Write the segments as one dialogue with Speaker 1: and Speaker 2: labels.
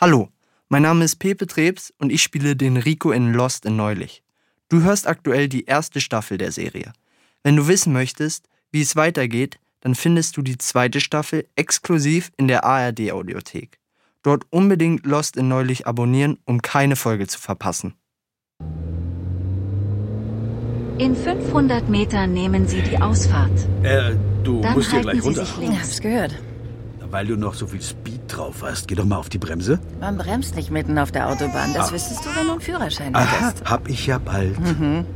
Speaker 1: Hallo, mein Name ist Pepe Trebs und ich spiele den Rico in Lost in Neulich. Du hörst aktuell die erste Staffel der Serie. Wenn du wissen möchtest, wie es weitergeht, dann findest du die zweite Staffel exklusiv in der ARD Audiothek. Dort unbedingt Lost in Neulich abonnieren, um keine Folge zu verpassen.
Speaker 2: In 500 Metern nehmen Sie die Ausfahrt.
Speaker 3: Äh, du
Speaker 2: Dann
Speaker 3: musst hier
Speaker 2: halten
Speaker 3: gleich
Speaker 2: Sie
Speaker 3: runter.
Speaker 2: sich
Speaker 4: Ich
Speaker 2: links.
Speaker 4: hab's gehört.
Speaker 3: Weil du noch so viel Speed drauf hast, geh doch mal auf die Bremse.
Speaker 4: Man bremst nicht mitten auf der Autobahn. Das wüsstest du, wenn du einen Führerschein
Speaker 3: Ah. Aha,
Speaker 4: hättest.
Speaker 3: Ah, hab ich ja bald.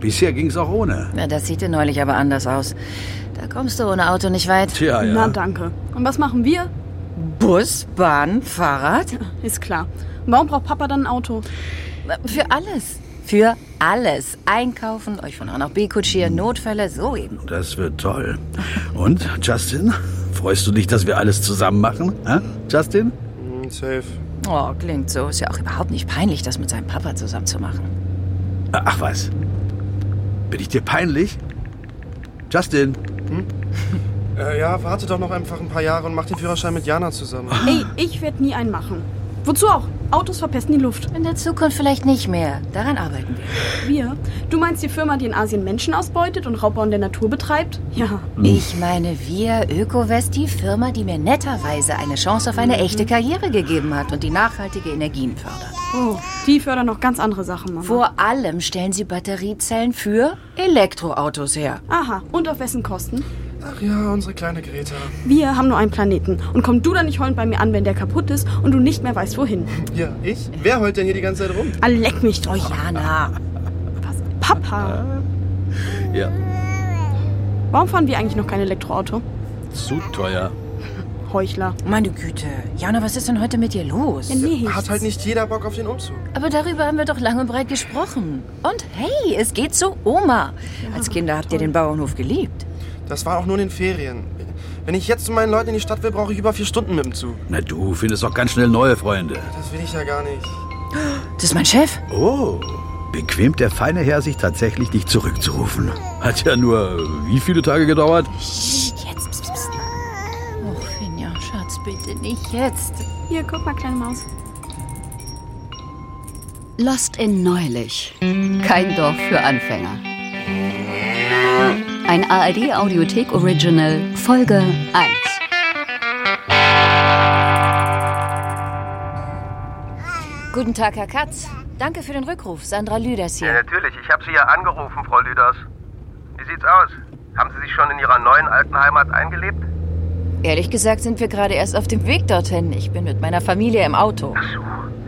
Speaker 3: Bisher ging's auch ohne.
Speaker 4: Na, das sieht dir neulich aber anders aus. Da kommst du ohne Auto nicht weit.
Speaker 3: Tja, ja.
Speaker 5: Na danke. Und was machen wir?
Speaker 4: Bus, Bahn, Fahrrad?
Speaker 5: Ist klar. Und Warum braucht Papa dann ein Auto?
Speaker 4: Für alles. Für alles. Einkaufen, euch von A nach B kutschieren, Notfälle, so eben.
Speaker 3: Das wird toll. Und, Justin? Freust du dich, dass wir alles zusammen machen? Hä? Justin?
Speaker 6: Safe.
Speaker 4: Oh, klingt so. Ist ja auch überhaupt nicht peinlich, das mit seinem Papa zusammen zu machen.
Speaker 3: Ach was. Bin ich dir peinlich? Justin,
Speaker 6: Äh, ja, warte doch noch einfach ein paar Jahre und mach den Führerschein mit Jana zusammen.
Speaker 5: Ey, ich werde nie einen machen. Wozu auch? Autos verpesten die Luft.
Speaker 4: In der Zukunft vielleicht nicht mehr. Daran arbeiten wir.
Speaker 5: Wir? Du meinst die Firma, die in Asien Menschen ausbeutet und Raubbau in der Natur betreibt? Ja.
Speaker 3: Hm.
Speaker 4: Ich meine, wir, Öko-West, die Firma, die mir netterweise eine Chance auf eine echte Karriere gegeben hat und die nachhaltige Energien fördert.
Speaker 5: Oh, die fördern noch ganz andere Sachen, Mama.
Speaker 4: Vor allem stellen sie Batteriezellen für Elektroautos her.
Speaker 5: Aha, und auf wessen Kosten?
Speaker 6: Ach ja, unsere kleine Greta.
Speaker 5: Wir haben nur einen Planeten. Und komm du dann nicht heulend bei mir an, wenn der kaputt ist und du nicht mehr weißt, wohin.
Speaker 6: Ja, ich? Wer heult denn hier die ganze Zeit rum?
Speaker 5: Alle leck mich doch.
Speaker 4: Jana,
Speaker 5: Was? Papa,
Speaker 3: ja,
Speaker 5: warum fahren wir eigentlich noch kein Elektroauto?
Speaker 3: zu teuer.
Speaker 5: Heuchler.
Speaker 4: meine Güte. Jana, was ist denn heute mit dir los?
Speaker 5: Ja, nichts.
Speaker 6: Hat halt nicht jeder Bock auf den Umzug.
Speaker 4: Aber darüber haben wir doch lang und breit gesprochen. Und hey, es geht zu Oma. Als Kinder habt ihr den Bauernhof geliebt.
Speaker 6: Das war auch nur in den Ferien. Wenn ich jetzt zu meinen Leuten in die Stadt will, brauche ich über vier Stunden mit dem Zug.
Speaker 3: Na, du findest doch ganz schnell neue Freunde.
Speaker 6: Das will ich ja gar nicht.
Speaker 4: Das ist mein Chef.
Speaker 3: Oh, bequemt der feine Herr sich tatsächlich, dich zurückzurufen. Hat ja nur wie viele Tage gedauert?
Speaker 4: Jetzt. Psst, psst. Och, Finja, Oh, Schatz, bitte nicht jetzt.
Speaker 5: Hier, guck mal, kleine Maus.
Speaker 7: Lost in Neulich. Kein Dorf für Anfänger. Ein ARD Audiothek Original Folge 1.
Speaker 4: Guten Tag, Herr Katz. Danke für den Rückruf. Sandra Lüders
Speaker 8: Ja,
Speaker 4: hier.
Speaker 8: natürlich. Ich habe Sie ja angerufen, Frau Lüders. Wie sieht's aus? Haben Sie sich schon in Ihrer neuen alten Heimat eingelebt?
Speaker 4: Ehrlich gesagt sind wir gerade erst auf dem Weg dorthin. Ich bin mit meiner Familie im Auto.
Speaker 8: Ach so,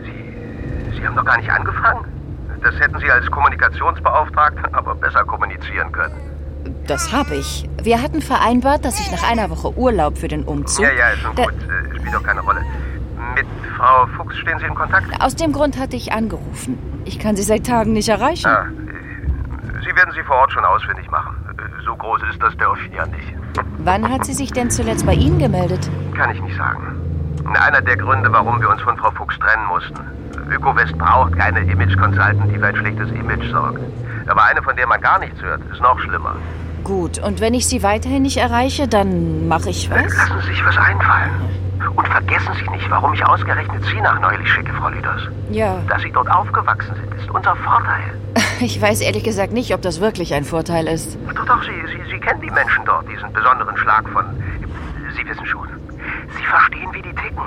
Speaker 8: Sie, Sie haben doch gar nicht angefangen. Das hätten Sie als Kommunikationsbeauftragter aber besser kommunizieren können.
Speaker 4: Das habe ich. Wir hatten vereinbart, dass ich nach einer Woche Urlaub für den Umzug.
Speaker 8: Ja, ja, ist schon
Speaker 4: Da-
Speaker 8: gut. Äh, Spielt doch keine Rolle. Mit Frau Fuchs stehen Sie in Kontakt?
Speaker 4: Aus dem Grund hatte ich angerufen. Ich kann sie seit Tagen nicht erreichen.
Speaker 8: Ah, äh, Sie werden sie vor Ort schon ausfindig machen. Äh, So groß ist das Dörfchen ja nicht.
Speaker 4: Wann hat sie sich denn zuletzt bei Ihnen gemeldet?
Speaker 8: Kann ich nicht sagen. Einer der Gründe, warum wir uns von Frau Fuchs trennen mussten. Öko-West braucht keine Image-Consultant, die für ein schlechtes Image sorgt. Aber eine, von der man gar nichts hört, ist noch schlimmer.
Speaker 4: Gut, und wenn ich sie weiterhin nicht erreiche, dann mache ich was?
Speaker 8: Lassen Sie sich was einfallen. Und vergessen Sie nicht, warum ich ausgerechnet Sie nach neulich schicke, Frau Lüders.
Speaker 4: Ja,
Speaker 8: Dass Sie dort aufgewachsen sind, ist unser Vorteil.
Speaker 4: ich weiß ehrlich gesagt nicht, ob das wirklich ein Vorteil ist.
Speaker 8: Doch, doch, Sie, Sie, Sie kennen die Menschen dort, diesen besonderen Schlag von. Sie wissen schon. Sie verstehen, wie die ticken.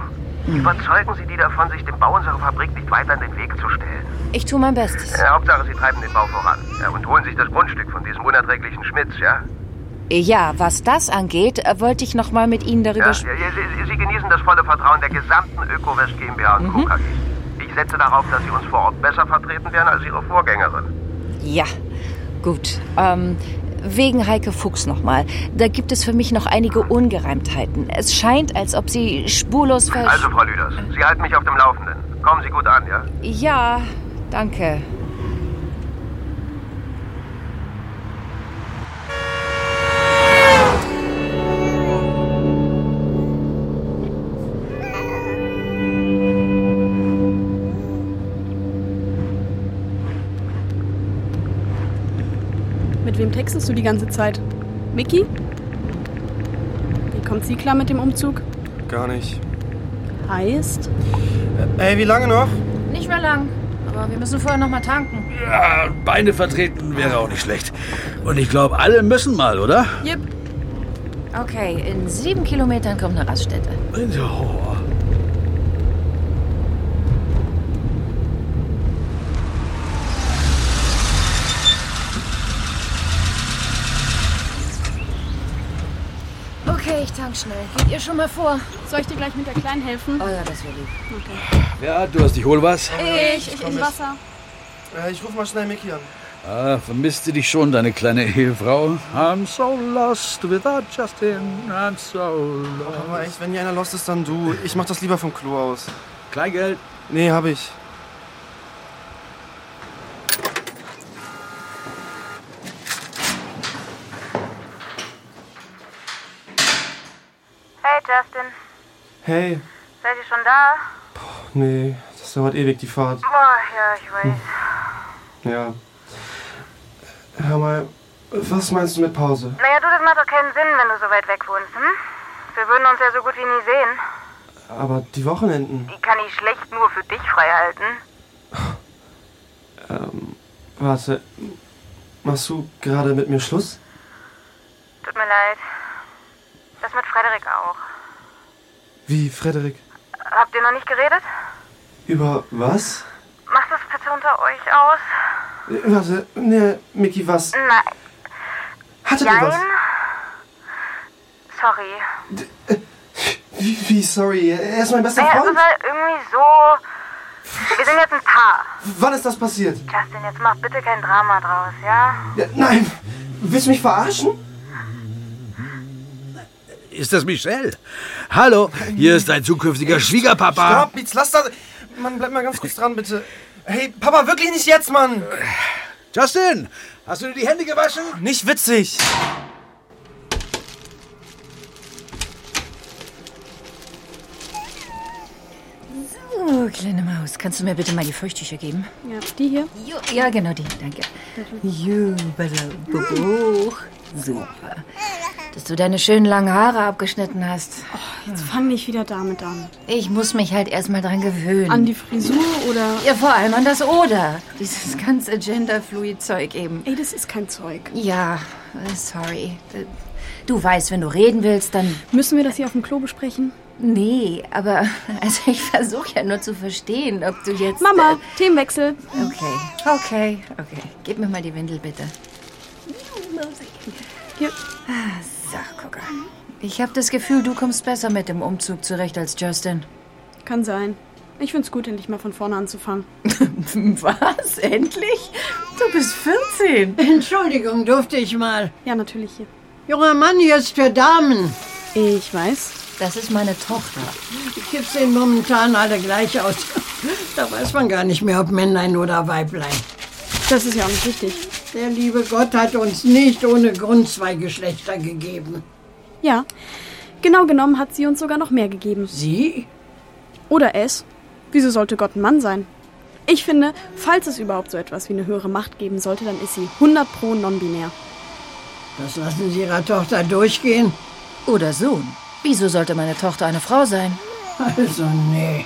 Speaker 8: Überzeugen Sie die davon, sich dem Bau unserer Fabrik nicht weiter in den Weg zu stellen.
Speaker 4: Ich tue mein Bestes.
Speaker 8: Ja, Äh, Hauptsache, Sie treiben den Bau voran. Ja, und holen sich das Grundstück von diesem unerträglichen Schmitz, ja?
Speaker 4: Ja, was das angeht, äh, wollte ich nochmal mit Ihnen
Speaker 8: Ja,
Speaker 4: darüber
Speaker 8: ja
Speaker 4: sprechen.
Speaker 8: Sie, Sie- Sie genießen das volle Vertrauen der gesamten Öko-West GmbH und Co. KG. Ich setze darauf, dass Sie uns vor Ort besser vertreten werden als Ihre Vorgängerin.
Speaker 4: Ja, gut. Ähm, wegen Heike Fuchs nochmal. Da gibt es für mich noch einige Ungereimtheiten. Es scheint, als ob sie spurlos ver...
Speaker 8: Also, Frau Lüders, Sie halten mich auf dem Laufenden. Kommen Sie gut an, ja?
Speaker 4: ja, danke.
Speaker 5: Mit wem textest du die ganze Zeit? Mickey? Wie kommt sie klar mit dem Umzug?
Speaker 6: Gar nicht.
Speaker 5: Heißt?
Speaker 6: Ey, wie lange noch?
Speaker 2: Nicht mehr lang. Aber wir müssen vorher noch mal tanken.
Speaker 3: Ja, Ah, Beine vertreten wäre auch nicht schlecht. Und ich glaube, alle müssen mal, oder?
Speaker 2: Yep. Okay, in sieben Kilometern kommt eine Raststätte.
Speaker 3: Oh.
Speaker 2: Okay, ich tank schnell. Geht ihr schon mal vor?
Speaker 5: Soll ich dir gleich mit der Kleinen helfen?
Speaker 2: Oh ja, das wäre lieb.
Speaker 3: Ja, du hast dich hol was.
Speaker 5: Ich, ich, ich Wasser.
Speaker 6: Äh, ich ruf mal schnell Mickey an.
Speaker 3: Ah, vermisste dich schon, deine kleine Ehefrau. I'm so lost without Justin. I'm so lost.
Speaker 6: Aber echt, wenn hier einer lost ist, dann du. Ich mach das lieber vom Klo aus.
Speaker 3: Kleingeld.
Speaker 6: Nee, hab ich.
Speaker 9: Hey Justin,
Speaker 6: Hey.
Speaker 9: seid ihr schon da?
Speaker 6: Nee, das dauert ewig, die Fahrt. Hm.
Speaker 9: Boah, ja, ich weiß.
Speaker 6: Ja. Hör mal, was meinst du mit Pause?
Speaker 9: Naja, du, das macht doch keinen Sinn, wenn du so weit weg wohnst, hm? Wir würden uns ja so gut wie nie sehen.
Speaker 6: Aber die Wochenenden.
Speaker 9: Die kann ich schlecht nur für dich freihalten.
Speaker 6: Warte, machst du gerade mit mir Schluss?
Speaker 9: Tut mir leid. Das mit Frederik auch.
Speaker 6: Wie, Frederik?
Speaker 9: Habt ihr noch nicht geredet?
Speaker 6: Über was?
Speaker 9: Macht das bitte unter euch aus?
Speaker 6: Äh, Warte, nee, Mickey, was?
Speaker 9: Nein.
Speaker 6: Hattet ihr was?
Speaker 9: Nein? Sorry.
Speaker 6: Wie, wie, sorry, er ist mein bester
Speaker 9: Naja, es
Speaker 6: Freund.
Speaker 9: ist halt irgendwie so... Wir sind jetzt ein Paar.
Speaker 6: Wann ist das passiert?
Speaker 9: Justin, jetzt mach bitte kein Drama draus, ja?
Speaker 6: Ja, nein, willst du mich verarschen?
Speaker 3: Ist das Michelle? Hallo, hier ist dein zukünftiger Schwiegerpapa.
Speaker 6: Stopp, jetzt lass das. Mann, bleib mal ganz kurz dran, bitte. Hey, Papa, wirklich nicht jetzt, Mann.
Speaker 3: Justin, hast du dir die Hände gewaschen?
Speaker 6: Nicht witzig.
Speaker 2: Oh, kleine Maus, kannst du mir bitte mal die Feuchttücher geben?
Speaker 5: Ja, die hier.
Speaker 2: Jo, ja, genau die, danke. Jo, Buch. Super. Dass du deine schönen langen Haare abgeschnitten hast.
Speaker 5: Jetzt Also fang nicht wieder damit an.
Speaker 2: Ich muss mich halt erstmal dran gewöhnen.
Speaker 5: An die Frisur oder...
Speaker 2: ja, vor allem an das Oder. Dieses ganze Genderfluid-Zeug eben.
Speaker 5: Ey, das ist kein Zeug.
Speaker 2: Ja, äh, sorry. Äh, Du weißt, wenn du reden willst, dann.
Speaker 5: Müssen wir das hier auf dem Klo besprechen?
Speaker 2: Nee, aber also ich versuche ja nur zu verstehen, ob du jetzt.
Speaker 5: Mama, Themenwechsel.
Speaker 2: Äh, okay, okay, okay. Gib mir mal die Windel bitte.
Speaker 5: Hier.
Speaker 2: Ah, So, guck an. Ich habe das Gefühl, du kommst besser mit dem Umzug zurecht als Justin.
Speaker 5: Kann sein. Ich find's gut, endlich mal von vorne anzufangen.
Speaker 2: Was? Endlich? Du bist 14.
Speaker 10: Entschuldigung, durfte ich mal.
Speaker 5: Ja, natürlich hier.
Speaker 10: Junger Mann, hier ist für Damen.
Speaker 5: Ich weiß.
Speaker 2: Das ist meine Tochter.
Speaker 10: Die Kids sehen momentan alle gleich aus. Da weiß man gar nicht mehr, ob Männlein oder Weiblein.
Speaker 5: Das ist ja auch nicht wichtig.
Speaker 10: Der liebe Gott hat uns nicht ohne Grund zwei Geschlechter gegeben.
Speaker 5: Ja. Genau genommen hat sie uns sogar noch mehr gegeben.
Speaker 10: Sie?
Speaker 5: Oder es. Wieso sollte Gott ein Mann sein? Ich finde, falls es überhaupt so etwas wie eine höhere Macht geben sollte, dann ist sie 100 pro non-binär.
Speaker 10: Das lassen Sie Ihrer Tochter durchgehen?
Speaker 2: Oder Sohn. Wieso sollte meine Tochter eine Frau sein?
Speaker 10: Also nee.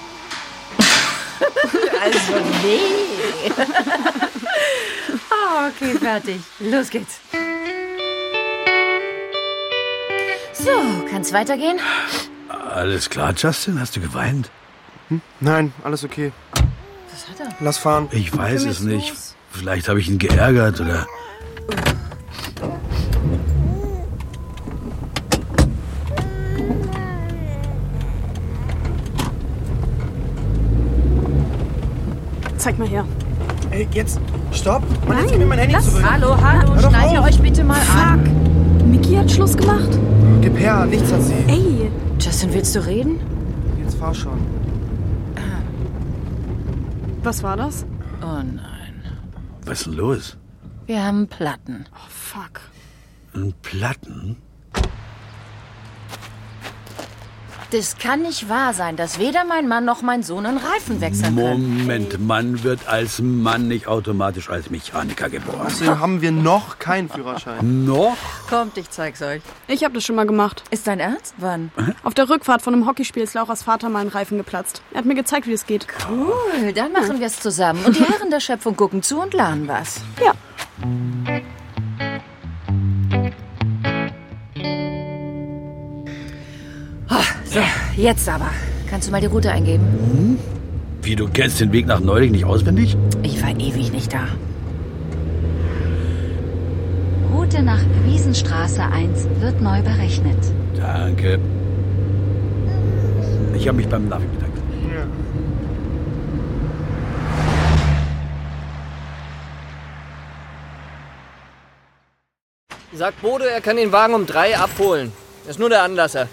Speaker 2: Also nee. okay, fertig. Los geht's. So, kann's weitergehen?
Speaker 3: Alles klar, Justin, hast du geweint?
Speaker 6: Nein, alles okay.
Speaker 2: Was hat er?
Speaker 6: Lass fahren.
Speaker 3: Ich weiß es nicht. Vielleicht habe ich ihn geärgert oder.
Speaker 5: Zeig mal her.
Speaker 6: Ey, jetzt. Stopp. Mann, jetzt gib mir mein Handy zurück.
Speaker 2: Hallo, hallo, schneid ihr euch bitte mal an.
Speaker 5: Mickey hat Schluss gemacht?
Speaker 6: Gib her, nichts hat sie.
Speaker 5: Ey,
Speaker 2: Justin, willst du reden?
Speaker 6: Jetzt fahr schon.
Speaker 5: was war das?
Speaker 2: Oh nein.
Speaker 3: Was ist denn los?
Speaker 2: Wir haben Platten.
Speaker 5: Oh, fuck.
Speaker 3: Ein Platten?
Speaker 2: Das kann nicht wahr sein, dass weder mein Mann noch mein Sohn einen Reifen wechseln können.
Speaker 3: Moment, man wird als Mann nicht automatisch als Mechaniker geboren.
Speaker 6: Außerdem haben wir noch keinen Führerschein.
Speaker 3: Noch?
Speaker 2: Kommt, ich zeig's euch.
Speaker 5: Ich habe das schon mal gemacht.
Speaker 2: Ist dein Ernst? Wann?
Speaker 5: Auf der Rückfahrt von einem Hockeyspiel ist Lauras Vater mal ein Reifen geplatzt. Er hat mir gezeigt, wie es geht.
Speaker 2: Cool, Äh, dann machen wir's zusammen. Und die Herren der Schöpfung gucken zu und lernen was.
Speaker 5: Ja.
Speaker 2: So, jetzt aber. Kannst du mal die Route eingeben?
Speaker 3: Wie, du kennst den Weg nach Neulich nicht auswendig?
Speaker 2: Ich war ewig nicht da.
Speaker 11: Route nach Wiesenstraße 1 wird neu berechnet.
Speaker 3: Danke. Ich habe mich beim Navi bedankt.
Speaker 12: Sagt Bode, er kann den Wagen um drei abholen. Ist nur der Anlasser.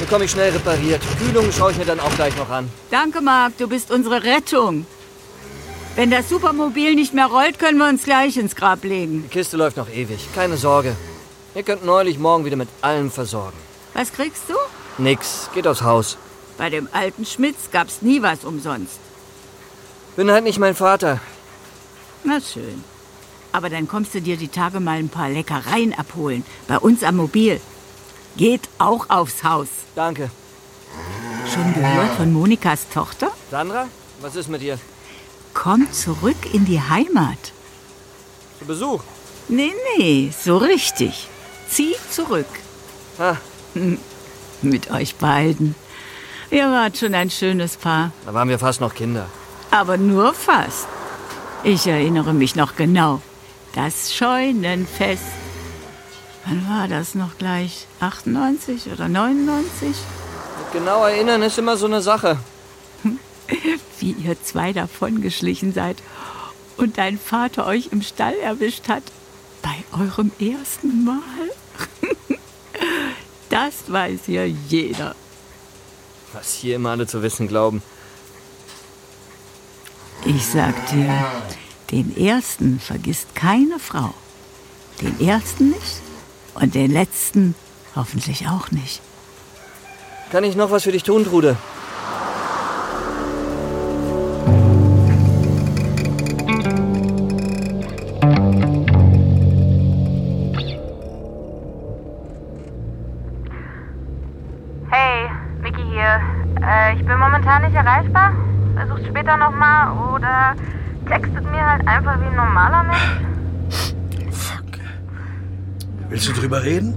Speaker 12: Bekomme ich schnell repariert. Kühlung schaue ich mir dann auch gleich noch an.
Speaker 4: Danke, Marc, du bist unsere Rettung. Wenn das Supermobil nicht mehr rollt, können wir uns gleich ins Grab legen.
Speaker 12: Die Kiste läuft noch ewig. Keine Sorge. Ihr könnt neulich morgen wieder mit allem versorgen.
Speaker 4: Was kriegst du?
Speaker 12: Nix. Geht aufs Haus.
Speaker 4: Bei dem alten Schmitz gab's nie was umsonst.
Speaker 12: Bin halt nicht mein Vater.
Speaker 4: Na schön. Aber dann kommst du dir die Tage mal ein paar Leckereien abholen. Bei uns am Mobil. Geht auch aufs Haus.
Speaker 12: Danke.
Speaker 4: Schon gehört von Monikas Tochter?
Speaker 12: Sandra, was ist mit dir?
Speaker 4: Kommt zurück in die Heimat.
Speaker 12: Zu Besuch.
Speaker 4: Nee, nee, so richtig. Zieh zurück.
Speaker 12: Ah,
Speaker 4: Mit euch beiden. Ihr wart schon ein schönes Paar.
Speaker 12: da waren wir fast noch Kinder.
Speaker 4: Aber nur fast. Ich erinnere mich noch genau. Das Scheunenfest. Wann war das noch gleich? 98 oder 99?
Speaker 12: Mit genau erinnern ist immer so eine Sache.
Speaker 4: Wie ihr zwei davongeschlichen seid und dein Vater euch im Stall erwischt hat. Bei eurem ersten Mal. Das weiß hier jeder.
Speaker 12: Was hier immer alle zu wissen glauben.
Speaker 4: Ich sag dir, den ersten vergisst keine Frau. Den ersten nicht und den letzten hoffentlich auch nicht.
Speaker 12: Kann ich noch was für dich tun, Trude?
Speaker 9: Hey, Vicky hier. Äh, ich bin momentan nicht erreichbar. Versuch's später nochmal oder textet mir halt einfach wie ein normaler Mensch.
Speaker 6: Fuck.
Speaker 3: Willst du drüber reden?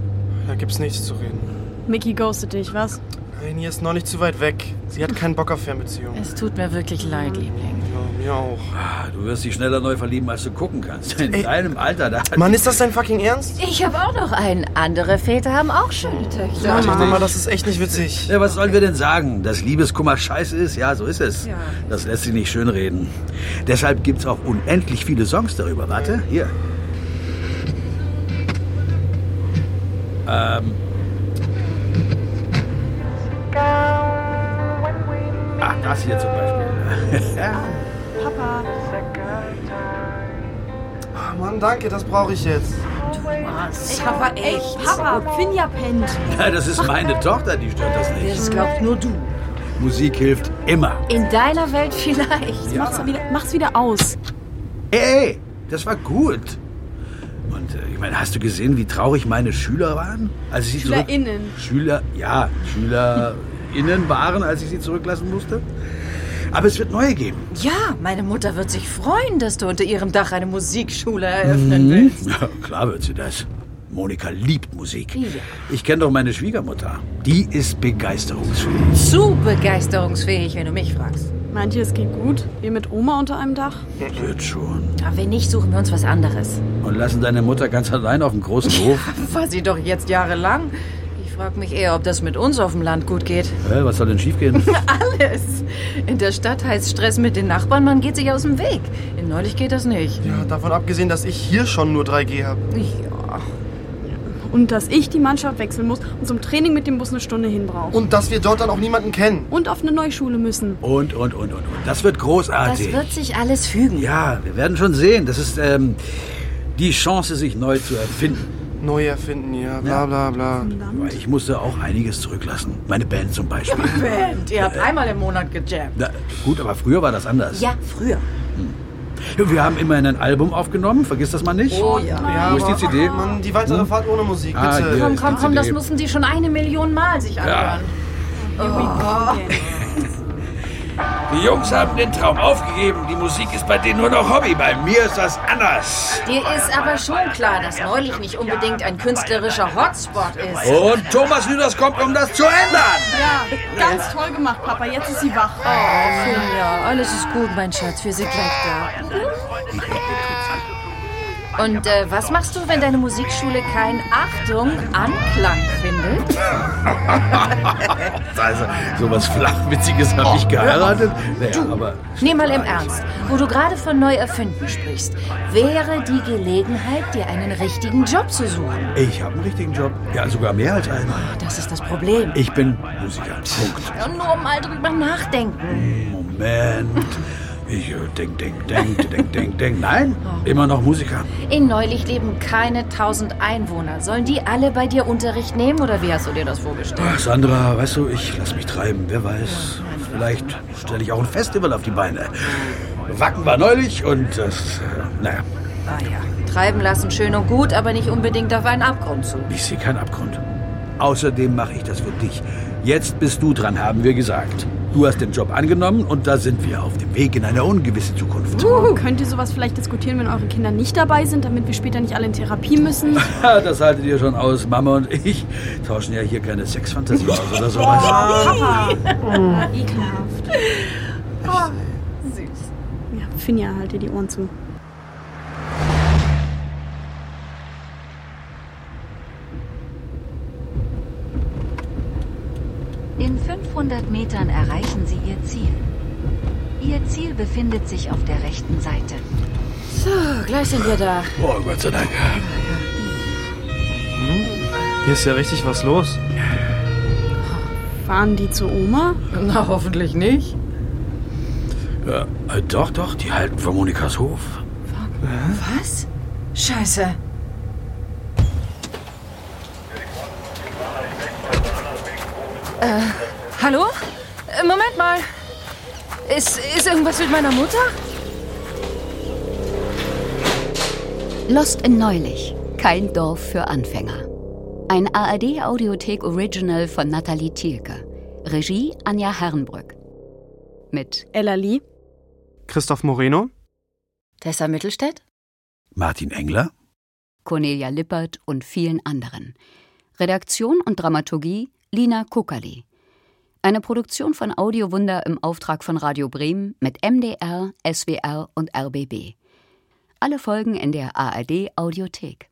Speaker 6: Da gibt's nichts zu reden.
Speaker 5: Mickey ghostet dich, was?
Speaker 6: Nein, hier ist noch nicht zu weit weg. Sie hat keinen Bock auf Fernbeziehungen.
Speaker 2: Es tut mir wirklich leid, Liebling.
Speaker 6: Ja, mir auch.
Speaker 3: Ah, Du wirst dich schneller neu verlieben, als du gucken kannst. In deinem Alter, da hat
Speaker 6: Mann, ist das dein fucking Ernst?
Speaker 2: Ich habe auch noch einen. Andere Väter haben auch schöne Töchter.
Speaker 6: Ja, Mama, das ist echt nicht witzig.
Speaker 3: Ja, was sollen wir denn sagen? Dass Liebeskummer scheiße ist? Ja, so ist es. Das lässt sich nicht schönreden. Deshalb gibt's auch unendlich viele Songs darüber. Warte, hier. Ähm. Ach, das hier zum Beispiel. ne?
Speaker 6: Ah, Mann, danke, das brauche ich jetzt.
Speaker 10: Ich hoffe echt.
Speaker 5: Papa, Finja pennt.
Speaker 3: Ja, das ist meine Tochter, die stört das nicht.
Speaker 10: Das glaubt nur du.
Speaker 3: Musik hilft immer.
Speaker 2: In deiner Welt vielleicht.
Speaker 5: Jetzt mach's wieder, mach's wieder aus.
Speaker 3: Ey, das war gut. Und äh, ich meine, hast du gesehen, wie traurig meine Schüler waren? Als ich sie zurück-
Speaker 5: SchülerInnen.
Speaker 3: Schüler, ja, SchülerInnen waren, als ich sie zurücklassen musste. Aber es wird neue geben.
Speaker 2: Ja, meine Mutter wird sich freuen, dass du unter ihrem Dach eine Musikschule eröffnen willst.
Speaker 3: Ja, klar wird sie das. Monika liebt Musik. Ich kenne doch meine Schwiegermutter. Die ist begeisterungsfähig.
Speaker 2: Zu begeisterungsfähig, wenn du mich fragst.
Speaker 5: Manches geht gut. Ihr mit Oma unter einem Dach.
Speaker 3: Wird schon.
Speaker 2: Aber wenn nicht, suchen wir uns was anderes.
Speaker 3: Und lassen deine Mutter ganz allein auf dem großen Hof.
Speaker 2: War sie doch jetzt jahrelang. Ich frage mich eher, ob das mit uns auf dem Land gut geht.
Speaker 3: Hä, was soll denn schiefgehen?
Speaker 2: Alles. In der Stadt heißt Stress mit den Nachbarn, man geht sich aus dem Weg. In Neulich geht das nicht.
Speaker 6: Ja, davon abgesehen, dass ich hier schon nur 3G habe.
Speaker 2: Ja.
Speaker 5: Und dass ich die Mannschaft wechseln muss und zum Training mit dem Bus eine Stunde hin brauche.
Speaker 6: Und dass wir dort dann auch niemanden kennen.
Speaker 5: Und auf eine neue Schule müssen.
Speaker 3: Und, und, und, und, und. Das wird
Speaker 2: Das
Speaker 3: großartig.
Speaker 2: wird sich alles fügen.
Speaker 3: Ja, wir werden schon sehen. Das ist ähm, die Chance, sich neu zu erfinden.
Speaker 6: neu erfinden hier, bla bla bla.
Speaker 3: Weil ich musste auch einiges zurücklassen. Meine Band zum Beispiel.
Speaker 10: Band, ihr
Speaker 2: Äh.
Speaker 10: habt einmal im Monat gejammt.
Speaker 3: Na, gut, aber früher war das anders. Hm.
Speaker 10: Ja, früher.
Speaker 3: Wir haben immerhin ein Album aufgenommen, vergiss das mal nicht.
Speaker 10: Oh ja.
Speaker 3: Wo ist die
Speaker 6: aber-
Speaker 3: CD?
Speaker 6: Mann, die weitere
Speaker 3: Hm?
Speaker 6: Fahrt ohne Musik,
Speaker 3: Ah,
Speaker 6: bitte.
Speaker 3: hier
Speaker 10: Komm,
Speaker 3: ist
Speaker 10: komm,
Speaker 3: die
Speaker 10: komm, das
Speaker 3: CD.
Speaker 10: müssen die schon eine Million Mal sich
Speaker 3: Ja.
Speaker 10: anhören. Oh.
Speaker 3: Die Jungs haben den Traum aufgegeben. Die Musik ist bei denen nur noch Hobby. Bei mir ist das anders.
Speaker 2: Dir ist aber schon klar, dass neulich nicht unbedingt ein künstlerischer Hotspot ist.
Speaker 3: Und Thomas Lüders kommt, um das zu ändern.
Speaker 5: Ja, ganz toll gemacht, Papa. Jetzt ist sie wach.
Speaker 2: Ja, alles ist gut, mein Schatz. Wir sind gleich da. Und äh, was machst du, wenn deine Musikschule kein Achtung, Anklang findet?
Speaker 3: Also, sowas Flachwitziges habe ich geheiratet. Naja, aber
Speaker 2: Nee, mal im Ernst. Wo du gerade von Neuerfinden sprichst, wäre die Gelegenheit, dir einen richtigen Job zu suchen.
Speaker 3: ich habe einen richtigen Job. Ja, sogar mehr als einen.
Speaker 2: Das ist das Problem.
Speaker 3: Ich bin Musiker. Punkt.
Speaker 2: Ja, Nur mal drüber nachdenken.
Speaker 3: Moment. Ich äh, denk, denk, denk, denk, denk, denk. Nein, immer noch Musiker.
Speaker 2: In Neulich leben keine tausend Einwohner. Sollen die alle bei dir Unterricht nehmen oder wie hast du dir das vorgestellt?
Speaker 3: Ach, Sandra, weißt du, ich lass mich treiben. Wer weiß, vielleicht stelle ich auch ein Festival auf die Beine. Wacken war neulich und das, äh, naja,
Speaker 2: Ah ja. Treiben lassen schön und gut, aber nicht unbedingt auf einen Abgrund zu.
Speaker 3: ich sehe keinen Abgrund. Außerdem mache ich das für dich. Jetzt bist du dran, haben wir gesagt. Du hast den Job angenommen und da sind wir auf dem Weg in eine ungewisse Zukunft.
Speaker 5: Könnt ihr sowas vielleicht diskutieren, wenn eure Kinder nicht dabei sind, damit wir später nicht alle in Therapie müssen?
Speaker 3: Ha, Das haltet ihr schon aus. Mama und ich tauschen ja hier keine Sexfantasien aus oder sowas.
Speaker 5: Papa! Ekelhaft. süß. Ah, Ja, Finja, halt dir die Ohren zu.
Speaker 11: In 500 Metern erreichen Sie Ihr Ziel. Ihr Ziel befindet sich auf der rechten Seite.
Speaker 2: So, gleich sind wir da.
Speaker 3: Oh, Gott sei Dank.
Speaker 6: Hm? Hier ist ja richtig was los.
Speaker 5: Fahren die zu Oma?
Speaker 10: Na, hoffentlich nicht.
Speaker 3: Ja, äh, doch, doch, die halten vor Monikas Hof.
Speaker 2: Was? Scheiße. Äh, hallo? Äh, Moment mal. Ist, ist irgendwas mit meiner Mutter?
Speaker 7: Lost in Neulich. Kein Dorf für Anfänger. Ein ARD-Audiothek-Original von Nathalie Thielke. Regie Anja Herrenbrück. Mit
Speaker 5: Ella Lee.
Speaker 6: Christoph Moreno?
Speaker 7: Tessa Mittelstädt.
Speaker 3: Martin Engler?
Speaker 7: Cornelia Lippert und vielen anderen. Redaktion und Dramaturgie Lina Kuckerli. Eine Produktion von Audiowunder im Auftrag von Radio Bremen mit MDR, SWR und RBB. Alle Folgen in der ARD Audiothek.